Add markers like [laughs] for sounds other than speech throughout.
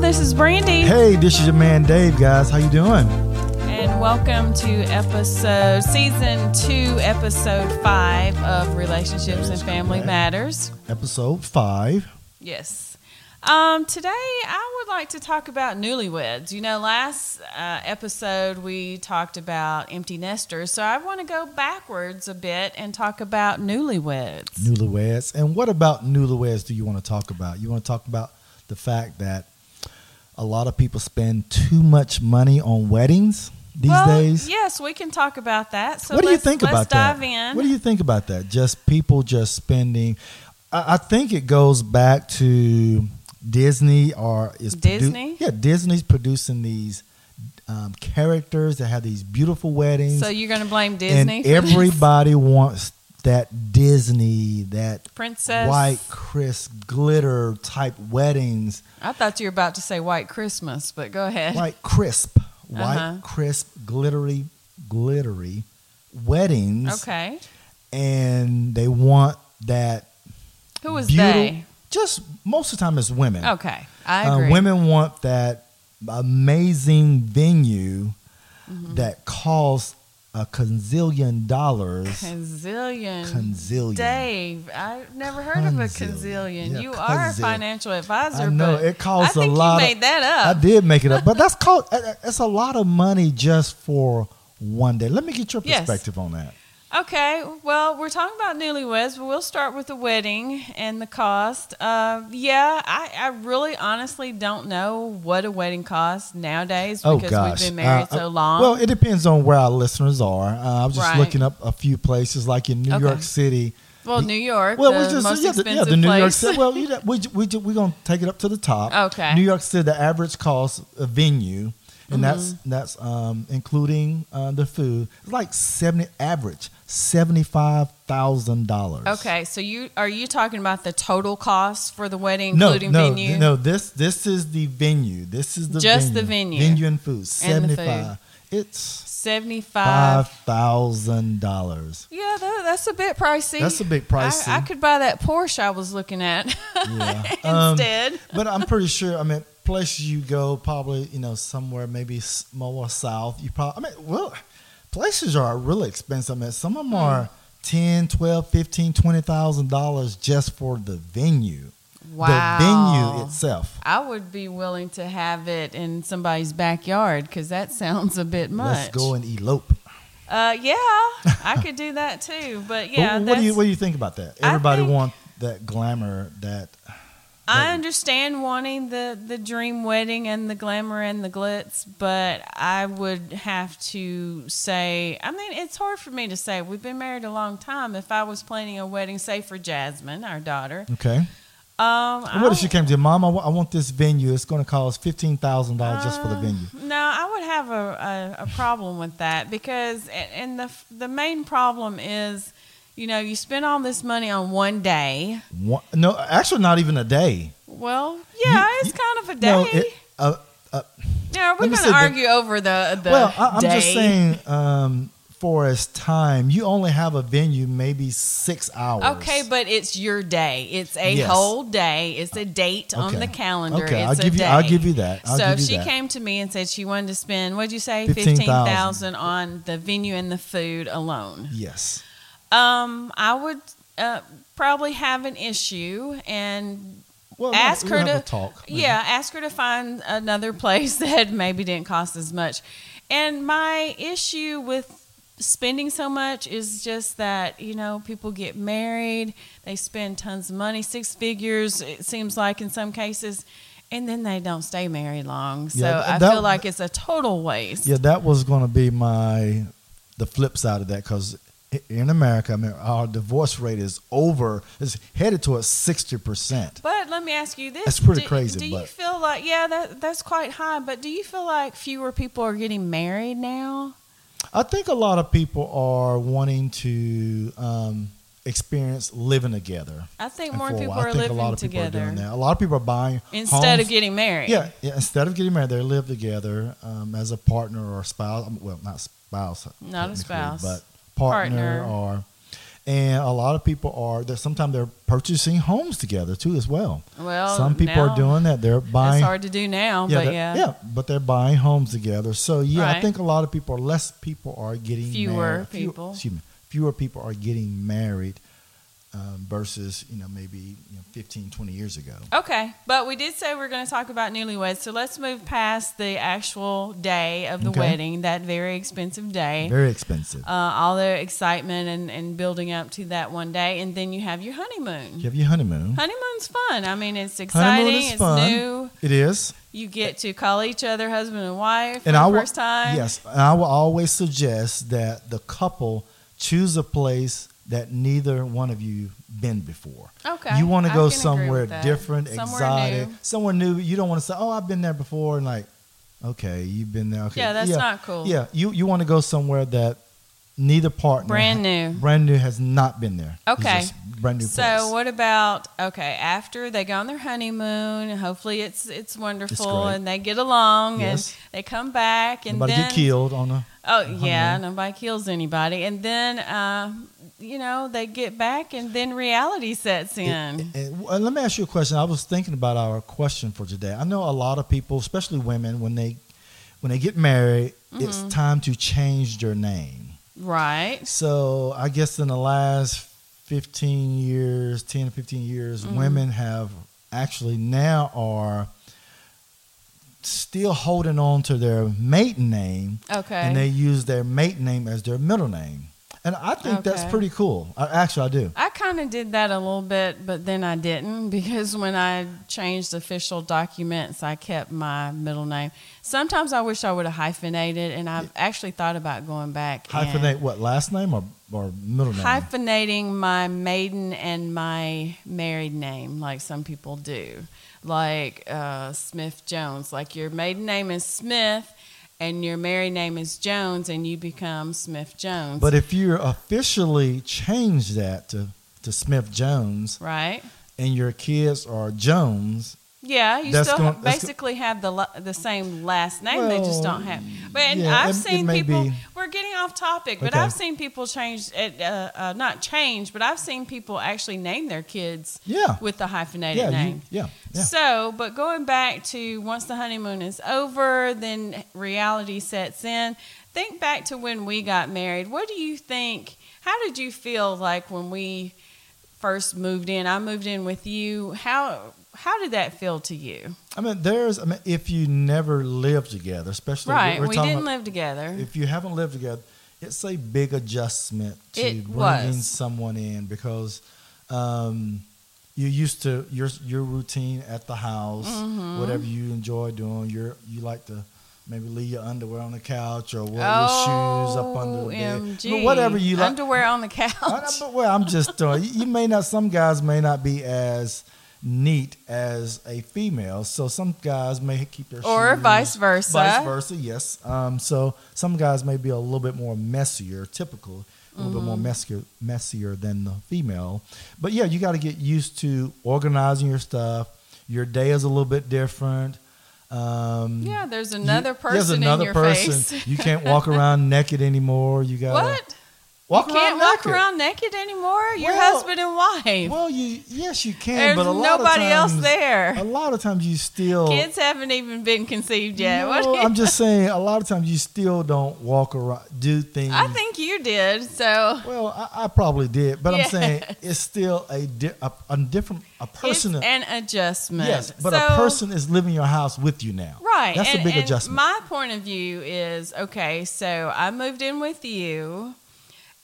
this is Brandy, Hey, this is your man Dave, guys. How you doing? and welcome to episode season two, episode five of Relationships and Family correct. Matters. Episode five. Yes. Um, today, I would like to talk about newlyweds. You know, last uh, episode we talked about empty nesters, so I want to go backwards a bit and talk about newlyweds. Newlyweds. And what about newlyweds do you want to talk about? You want to talk about the fact that a lot of people spend too much money on weddings these well, days? yes, we can talk about that. So what do you let's- think let's about dive that? in. What do you think about that? Just people just spending. I, I think it goes back to Disney or is produ- Disney? yeah, Disney's producing these um, characters that have these beautiful weddings. so you're going to blame Disney? [laughs] And for this? everybody wants that Disney, that princess white, crisp, glitter type [laughs] weddings, I thought you were about to say white Christmas, but go ahead. [laughs] white, crisp, white, Uh-huh. crisp, glittery, glittery weddings. Okay. And they want that Who was beauty- they? Just most of the time it's women. Okay. I Uh, agree. women want that amazing venue Mm-hmm. that costs a gazillion dollars. Conzillion. Conzillion. Dave, I've never heard of a Conzillion. conzillion. Yeah, you are a conzil- financial advisor. I know but it costs I think a You lot. of- made that I up. did make it up, but that's called. uh, It's a lot of money just for one day. Let me get your Yes. perspective on that. Okay. Well, we're talking about newlyweds, but we'll start with the wedding and the cost. Uh, yeah, I, I really honestly don't know what a wedding costs nowadays Oh because gosh, we've been married Uh, so long. Well, it depends on where our listeners are. Uh, I was just Right. looking up a few places, like in New Okay. York City. Well, New York, Well, the we're just most yeah, the, expensive yeah, the New place. York City. [laughs] Well, you know, we we we're gonna take it up to the top. Okay. Mm-hmm. New York City, the average cost a venue, and that's that's um, including uh, the food. It's like seventy average seventy five thousand dollars. Okay, so you are you talking about the total cost for the wedding, No, including no, venue? th- no. This this is the venue. This is the Just the venue. venue. venue and food. And the Seventy food. five. It's Seventy-five. five thousand [laughs] dollars. Yeah, tha- that's a bit pricey. That's a bit pricey. I, I could buy that Porsche I was looking at [laughs] Yeah. Um, instead. but I'm pretty sure. I mean, places you go, probably you know somewhere maybe s- more south. You probably. I mean, well, places are really expensive. I mean, some Hmm. of them are. ten, twelve, fifteen, twenty thousand dollars just for the venue, wow. the venue itself. I would be willing to have it in somebody's backyard because that [laughs] sounds a bit much. Let's go and elope. Uh, yeah, I could do that too. But yeah, [laughs] But what do you that's- what do you think about that? I Everybody think- wants that glamour, that I understand wanting the the dream wedding and the glamour and the glitz, but I would have to say, I mean, it's hard for me to say. We've been married a long time. If I was planning a wedding, say for Jasmine, our daughter, okay. um, And what if I- she came to you, Mom? I wa- I want this venue. It's going to cost fifteen thousand dollars just for the Uh, venue. No, I would have a, a, a problem with that because, and the the main problem is, you know, you spend all this money on one day. One, no, actually, not even a day. Well, yeah, You- it's you- kind of a day. No, it, uh, uh, Now, are we Let going me say to the- argue over the the well, I, I'm day? just saying, um, for as time, you only have a venue maybe six hours. Okay, but it's your day. It's a Yes. whole day. It's a date on Okay. the calendar. Okay, it's I'll a give you. day. I'll give you that. I'll so give you she that. came to me and said she wanted to spend what'd you say, 15,000. fifteen thousand on the venue and the food alone. Yes. Um, I would uh, probably have an issue and Well, ask we'll her have to a talk. maybe. Yeah, ask her to find another place [laughs] that maybe didn't cost as much. And my issue with spending so much is just that you know people get married, they spend tons of money, six figures it seems like in some cases, and then they don't stay married long. So Yeah, I that- feel like it's a total waste. Yeah, that was going to be my the flip side of that because in America, I mean, our divorce rate is over is headed towards sixty percent. But let me ask you this: That's pretty do, crazy, Do you but- feel like yeah, that that's quite high? But do you feel like fewer people are getting married now? I think a lot of people are wanting to um, experience living together. I think And more for a people while, are I think living a lot of together people are doing that. A lot of people are buying instead homes. of getting married. Yeah, yeah, instead of getting married, they live together um, as a partner or spouse. um, Well, not spouse, Not a technically, spouse. but partner, Partner. or And a lot of people are that sometimes they're purchasing homes together too as well. Well, Some people Oh, now- are doing that. They're It's buying hard to do now, but they're- yeah, but they're buying homes together. So yeah, I Right. think a lot of people, less people are getting Fewer married- few- people. excuse me, fewer people are getting married um, versus you know maybe you know, 15, 20 years ago. Okay, but we did say we are going to talk about newlyweds, so let's move past the actual day of the Okay. wedding, that very expensive day, Very expensive. uh, all the excitement and, and building up to that one day, and then you have your honeymoon. you have your honeymoon. Honeymoon's fun. I mean, it's exciting. Honeymoon is it's fun. new. It is. You get to call each other husband and wife for and the I will, first time. Yes, and I will always suggest that the couple choose a place that neither one of you been before. Okay, You want I to go can agree somewhere with that. different, Somewhere exotic, new. somewhere new. You don't want to say, "Oh, I've been there before," and like, "Okay, you've been there." Okay, Yeah, that's not cool. Yeah, you you want to go somewhere that neither partner Brand new. brand new has not been there. It's Okay. just brand new. So place. what about okay after they go on their honeymoon? Hopefully it's it's wonderful great. and they get along Yes. and they come back and Nobody then get killed on a oh yeah nobody kills anybody and then uh, you know they get back and then reality sets in. And- and- well, let me ask you a question. I was thinking about our question for today. I know a lot of people, especially women, when they when they get married, it's time to change their name. right. So I guess in the last 15 years, 10 to 15 years, women have actually now are still holding on to their maiden name Okay. and they use their maiden name as their middle name. And I think that's Okay. pretty cool. I, actually, I do. I kind of did that a little bit, but then I didn't [laughs] because when I changed official documents, I kept my middle name. Sometimes I wish I would have hyphenated, and I've actually thought about going back and Hyphenate what last name or, or middle name? hyphenating my maiden and my married name, like some people do, like uh, Smith Jones. Like your maiden name is Smith, and your married name is Jones, and you become Smith Jones. But if you officially change that to, to Smith Jones right? and your kids are Jones, Yeah, you That's still gonna- ha- that's go- basically have the la- the same last name. they just Well, don't have. But and yeah, I've it- it seen may people. be. We're getting off topic, but Okay. I've seen people change. It, uh, uh, not change, but I've seen people actually name their kids yeah, with the hyphenated yeah, name. you, yeah, yeah. So, but going back to once the honeymoon is over, then reality sets in. Think back to when we got married. What do you think? How did you feel like when we first moved in? I moved in with you. How how did that feel to you? I mean, there's. I mean, if you never live together, especially right, we're we talking didn't about- live together. if you haven't lived together, it's a big adjustment to It bringing was. someone in because um, you used to your your routine at the house, Mm-hmm. whatever you enjoy doing. You you like to maybe leave your underwear on the couch or wear your shoes up under the bed, OMG. but whatever you like. Oh, Underwear on the couch. I- I- but well, I'm just throwing. You may not. Some guys may not be as neat as a female, so some guys may keep their Or shoes- vice versa. Vice versa, yes. Um, so some guys may be a little bit more messier, typical, a little bit more Mm-hmm. messier, messier than the female. But yeah, you got to get used to organizing your stuff. Your day is a little bit different. Um, yeah, there's you- another yes, person in your face. You can't walk around [laughs] naked anymore. You got What? Walk you around can't walk naked. around naked anymore. Your Well- husband and wife. Well, you yes you can, There's but a lot nobody of else times, there. A lot of times you still Kids haven't even been conceived yet. What Oh. No, do you- [laughs] I'm just saying, a lot of times you still don't walk around, do things. I think you did. So Well, I, I probably did, but I'm Yes. [laughs] saying it's still a, di- a, a different a person. it's an adjustment. yes, but So- a person is living your house with you now. Right. That's and, a big and adjustment. My point of view is okay, so I moved in with you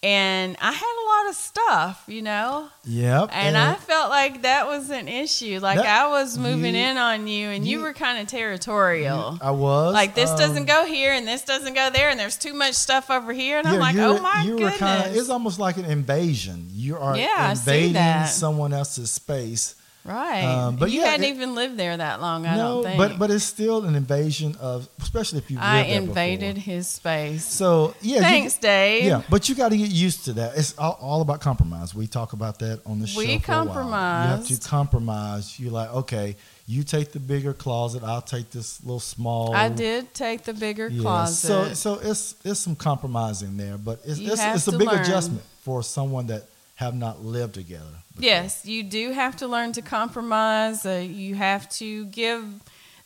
and I had a lot of stuff, you know, yep. and I felt like that was an issue. Like That- I was moving you- in on you and you, you- were kind of territorial. I was like this um, doesn't go here and this doesn't go there and there's too much stuff over here and I'm yeah, like, you were- oh my you were goodness. kinda- it's almost like an invasion. You are Yeah, I see invading that. someone else's space. Right. Um, but but you yeah, hadn't it- even lived there that long, I no, don't think. but but it's still an invasion of, especially if you. I lived there before. invaded his space. So yeah, you- Thanks, Dave. Yeah, but you got to get used to that. It's all, all about compromise. We talk about that on the show. We for a while. You have to compromised. compromise. You're like, okay, you take the bigger closet. I'll take this little small. I did take the bigger Yeah, closet. So so it's it's some compromising there, but it's You it's, have it's a to big learn. adjustment for someone that have not lived together. before. Yes, you do have to learn to compromise. Uh, you have to give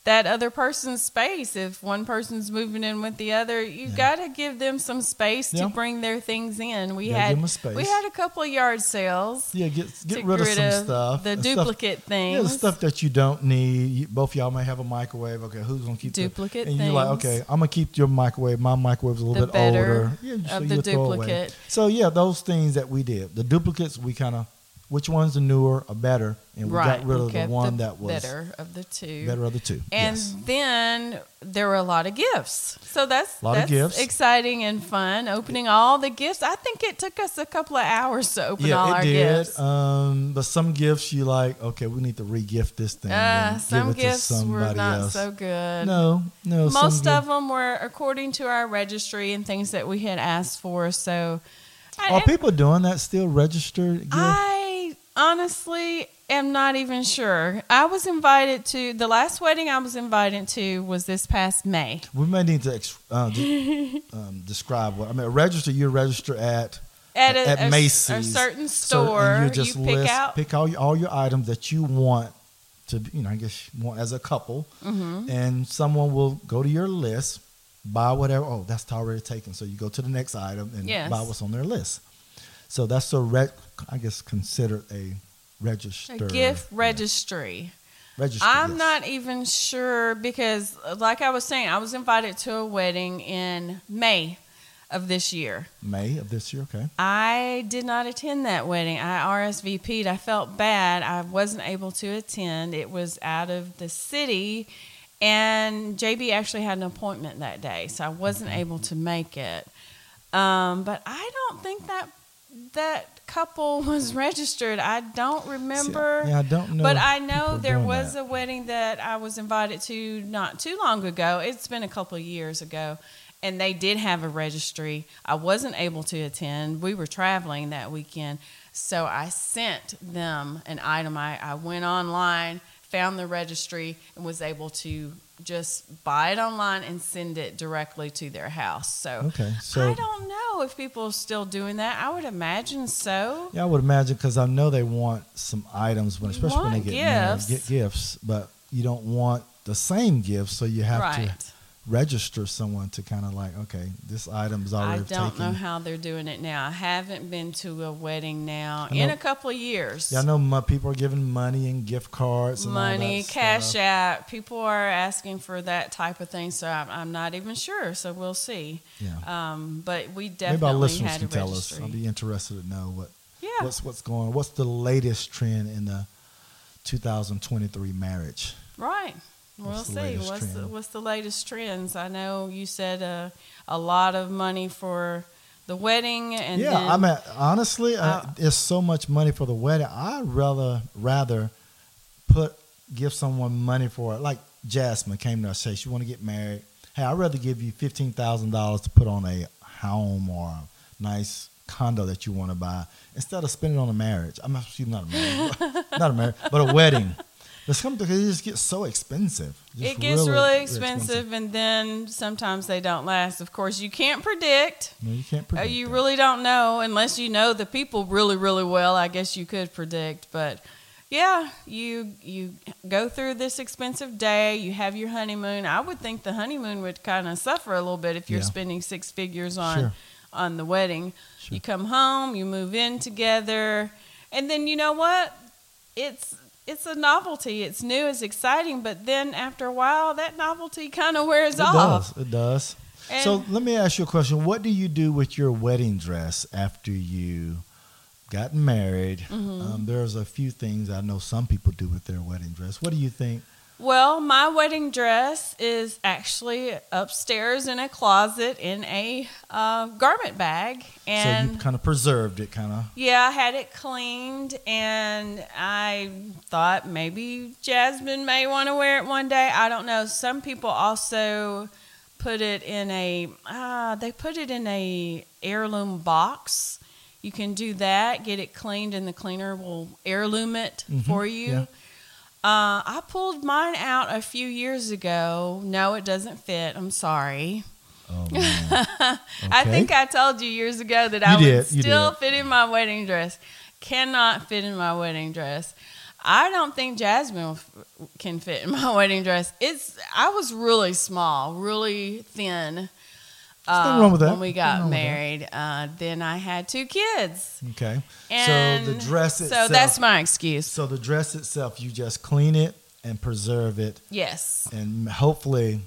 that other person space. If one person's moving in with the other, you got Yeah. to give them some space Yeah. to bring their things in. We Gotta had give 'em a space. we had a couple of yard sales. Yeah, get to get rid of some stuff. The and stuff- duplicate things. Yeah, the stuff that you don't need. You, both of y'all may have a microwave. Okay, who's gonna keep the- Duplicate And you're like, things. okay, I'm gonna keep your microwave. My microwave's a little The bit older. better Yeah, of the you throw away. duplicate. So yeah, those things that we did. The duplicates, we kind of, which one's the newer or better, and we right. got rid we of the kept one that was better of the two. better of the two. And yes. then there were a lot of gifts. So that's Lot of that's gifts. exciting and fun. Opening all the gifts. I think it took us a couple of hours to open all it our did. gifts. Um, but some gifts you like. Okay, we need to re-gift this thing. Uh, and some give it gifts to somebody were not else. so good. No, no. some Most gift- of them were according to our registry and things that we had asked for. So, I, Are and people doing that still registered? gift? I honestly am not even sure. I was invited to the last wedding I was invited to was this past May. We may need to ex- uh, de- [laughs] um, describe what I mean. Register. You register at At a, At a s- Macy's. a certain certain- store, and you, pick out pick all your, all your items that you want to. be- You know, I guess you want as a couple, Mm-hmm. and someone will go to your list, buy whatever. Oh, that's already taken. So you go to the next item and Yes. buy what's on their list. So that's a re- I guess considered a register. a gift yeah, registry. register. I'm yes. not even sure because, uh, like I was saying, I was invited to a wedding in May of this year. May of this year. Okay. I did not attend that wedding. I RSVP'd. I felt bad. I wasn't able to attend. It was out of the city, and JB actually had an appointment that day, so I wasn't able to make it. Um, but I don't think that that couple [laughs] was registered. I don't remember. yeah, I don't know But if I people know are there doing was that. a wedding that I was invited to not too long ago. It's been a couple of years ago, and they did have a registry. I wasn't able to attend. We were traveling that weekend, so I sent them an item. I, I went online, found the registry, and was able to just buy it online and send it directly to their house. So. Okay. So I don't know if people are still doing that. I would imagine so. Yeah, I would imagine because I know they want some items, when, You especially when they want get married, gifts. get gifts, but you don't want the same gifts, so you have right. to register someone to kind of like, okay, this item's I already don't taken. know how they're doing it now. I haven't been to a wedding now I in know- a couple of years. yeah, I know mo- people are giving money and gift cards, and all that Money, cash stuff. app. People are asking for that type of thing, so I'm, I'm not even sure. So we'll see. Yeah, Um, but we maybe our definitely listeners had can a tell us. registry. I'll be interested to know what yeah, what's what's going, on. what's the latest trend in the 2023 marriage. right. We'll What's the see. latest What's the, trend? what's the latest trends? I know you said uh, a lot of money for the wedding, and yeah, then, I mean, honestly, Uh, I, it's so much money for the wedding. I'd rather rather put give someone money for it. Like Jasmine came to us, say she want to get married. Hey, I'd rather give you fifteen thousand dollars to put on a home or a nice condo that you want to buy instead of spending on a marriage. I'm not, excuse me, not a marriage, [laughs] but- not a marriage, but a wedding. But something it just gets so expensive. Just it gets really, expensive, and then sometimes they don't last. Of course, you can't predict. No, you can't. Uh, predict you that. really don't know unless you know the people really, really well. I guess you could predict, but yeah, you you go through this expensive day. You have your honeymoon. I would think the honeymoon would kind of suffer a little bit if you're Yeah. spending six figures on Sure. on the wedding. Sure. You come home, you move in together, and then you know what? It's it's a novelty. It's new. It's exciting. But then after a while, that novelty kind of wears It off. does. It does. And- so let me ask you a question. What do you do with your wedding dress after you got married? Mm-hmm. Um, there's a few things I know some people do with their wedding dress. What do you think? Well, my wedding dress is actually upstairs in a closet in a uh, garment bag, so you and kind of preserved it, kind of. yeah, I had it cleaned, and I thought maybe Jasmine may want to wear it one day. I don't know. Some people also put it in a uh, they put it in a heirloom box. You can do that. Get it cleaned, and the cleaner will heirloom it Mhm, for you. yeah. Uh, I pulled mine out a few years ago. No, it doesn't fit. I'm sorry. [laughs] Oh, man. I Okay. think I told you years ago that You I did, would you still did. fit in my wedding dress. cannot fit in my wedding dress. I don't think Jasmine f- can fit in [laughs] my wedding dress. It's I was really small, really thin. um, nothing wrong with that. When we Nothing got wrong with that. married, uh, then I had two kids. Okay. And so the dress itself. So that's my excuse. so the dress itself, you just clean it and preserve it, Yes. and hopefully.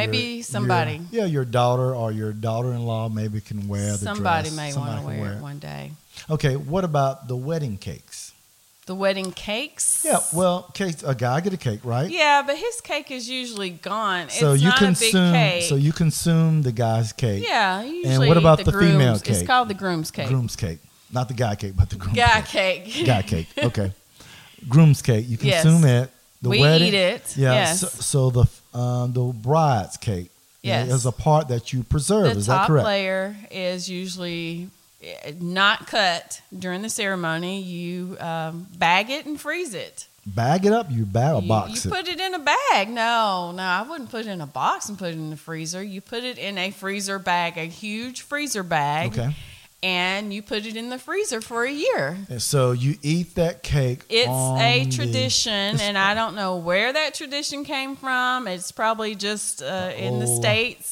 Maybe your- your- somebody. yeah, your daughter or your daughter-in-law maybe can wear the Somebody dress. may Somebody want to can wear, it one day. Okay, what about the wedding cakes? The wedding cakes. Yeah, well, cake, a guy get a cake, right? Yeah, but his cake is usually gone. So it's you not a consume. big cake. So you consume the guy's cake. yeah, you usually And what eat about the the female groom's- It's cake? called the groom's cake. Groom's cake, not the guy cake, but the groom's [laughs] Guy cake. cake. Guy cake. Okay. groom's cake. You Yes. consume it. The we wedding. eat it. Yeah. Yes. So, so the um, the bride's cake. Yes. Is a part that you preserve. [laughs] the is that top correct? layer is usually eh, not cut during the ceremony. You um, bag it and freeze it. Bag it up. You bag or you, box you it. put it in a bag. No, no, I wouldn't put it in a box and put it in the freezer. You put it in a freezer bag, a huge freezer bag, Okay. and you put it in the freezer for a year. And so you eat that cake. It's on a the- tradition, It's- and I don't know where that tradition came from. It's probably just uh, in the Oh. states.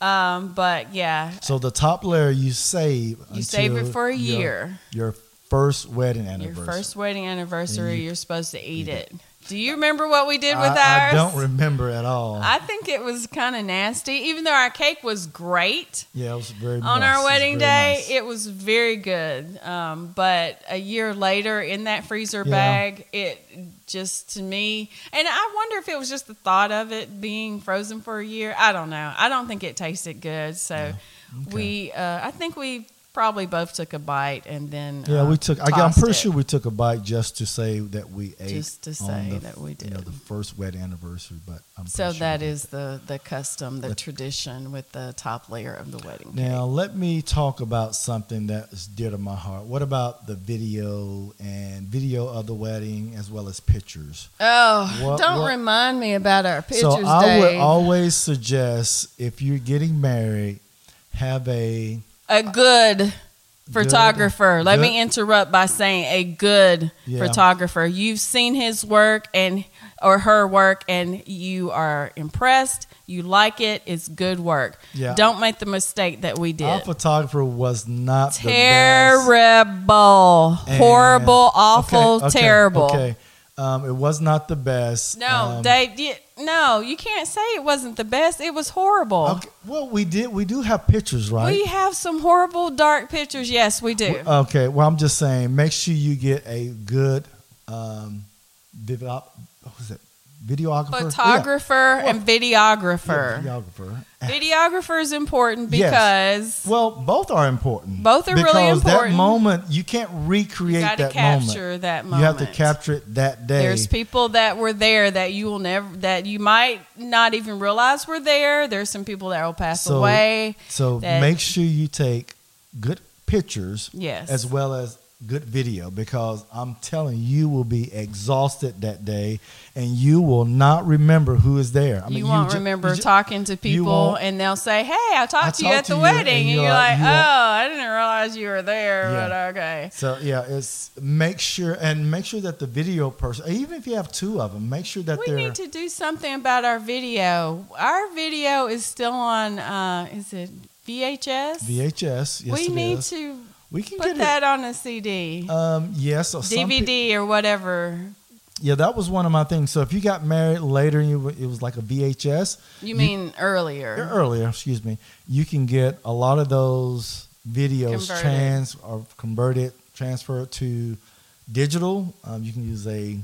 Um, but yeah, So the top layer you save. you save it until for a your- year. Your first wedding Your anniversary. first wedding anniversary, And you- you, are supposed to eat eat it. Do you remember what we did with I, ours? I don't remember at all. I think it was kind of nasty, even though our cake was great. yeah, it was on very nice. It our was wedding day. very nice. It was very good. Um, but a year later, in that freezer Yeah. bag, it just to me, and I wonder if it was just the thought of it being frozen for a year. I don't know. I don't think it tasted good. So we, uh, I think we probably both took a bite and then Yeah, uh, we took. I, I'm tossed pretty it. sure we took a bite just to say that we ate. Just to on say the, that we You know, did. the first wedding anniversary, but I'm So pretty sure that we is the the custom, the With- tradition with the top layer of the wedding. did. Now let me talk about something that is dear to my heart. What about the video and video of the wedding as well as pictures? Oh, What- don't what- remind me about our pictures, so I would Dave. always suggest if you're getting married, have a a good photographer. Let good- me interrupt by saying a good Yeah. photographer. You've seen his work and or her work and you are impressed. You like it. It's good work. Yeah. Don't make the mistake that we our did. photographer was not the best. Terrible. And- uh, Horrible, Okay, awful, okay, terrible. Okay. Um, it was not the best. No, um, Dave, you- no, you can't say it wasn't the best. It was horrible. Okay. Well, we did. We do have pictures, right? We have some horrible dark pictures. Yes, we do. okay. Well, I'm just saying. Make sure you get a good um, vivi- what was it? Videographer. photographer and Uh-huh. Yeah, videographer. videographer. Videographer is important Yes. because Well, both are important. Both are really Because that important. moment, you can't recreate you got to that capture moment. that You moment. have to capture it that day. There's people that were there that you will never, that you might not even realize were there. There's some people that will pass So- away. so that- make sure you take good pictures Yes. as well as good video because I'm telling you, you will be exhausted that day and you will not remember who is there. I you won't ju- remember you ju- talking to people, won't- and they'll say, "Hey, I talked I to you talked at to the you," and wedding," and you're you're, like, like, "You "Oh, won't- I didn't realize you were there." Yeah. But okay, So yeah, it's make sure and make sure that the video person, even if you have two of them, make sure that we they're need to do something about our video. Our video is still on. Uh, is it VHS? VHS. Yes, we it need is. to We can put get that on a CD, it. Um, yes, or some pe- DVD, or whatever. yeah, that was one of my things. So if you got married later and you, it was like a VHS, You mean earlier? earlier, excuse me, you can get a lot of those videos Converted. trans or converted, transferred to digital. Um, you can use a,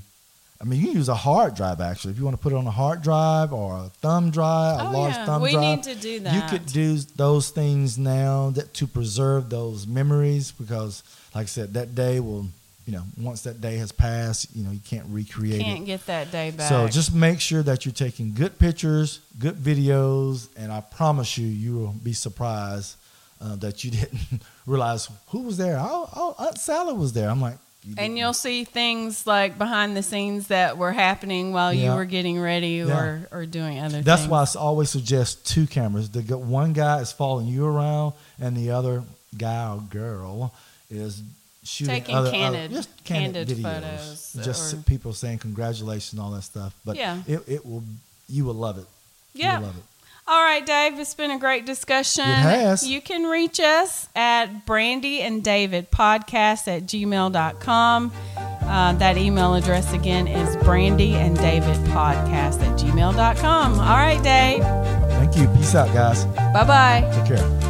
I mean, you can use a hard drive actually if you want to put it on a hard drive or a thumb drive, a Oh, large yeah. thumb We drive. need to do that. You could do those things now that to preserve those memories because, like I said, that day will, you know, once that day has passed, you know, you can't recreate it. Can't get that day back. So just make sure that you're taking good pictures, good videos, and I promise you, you will be surprised uh, that you [laughs] didn't realize who was there. Oh, oh Aunt Sally was there. I'm like, you and didn't. you'll see things like behind the scenes that were happening while Yeah. you were getting ready Yeah. or, or doing other things. That's why I s- always suggest two cameras. The g- one guy is following you around, and the other guy or girl is shooting Taking other, candid- other, just candid candid, videos, photos just or- people saying congratulations, all that stuff. But Yeah. it, it will you will love it. Yeah. you will love it. All right, Dave, it's been a great discussion. It has. You can reach us at Brandy and David Podcast at gmail.com. Uh, that email address again is Brandy and David Podcast at gmail.com. All right, Dave. Thank you. Peace out, guys. Bye bye. Take care.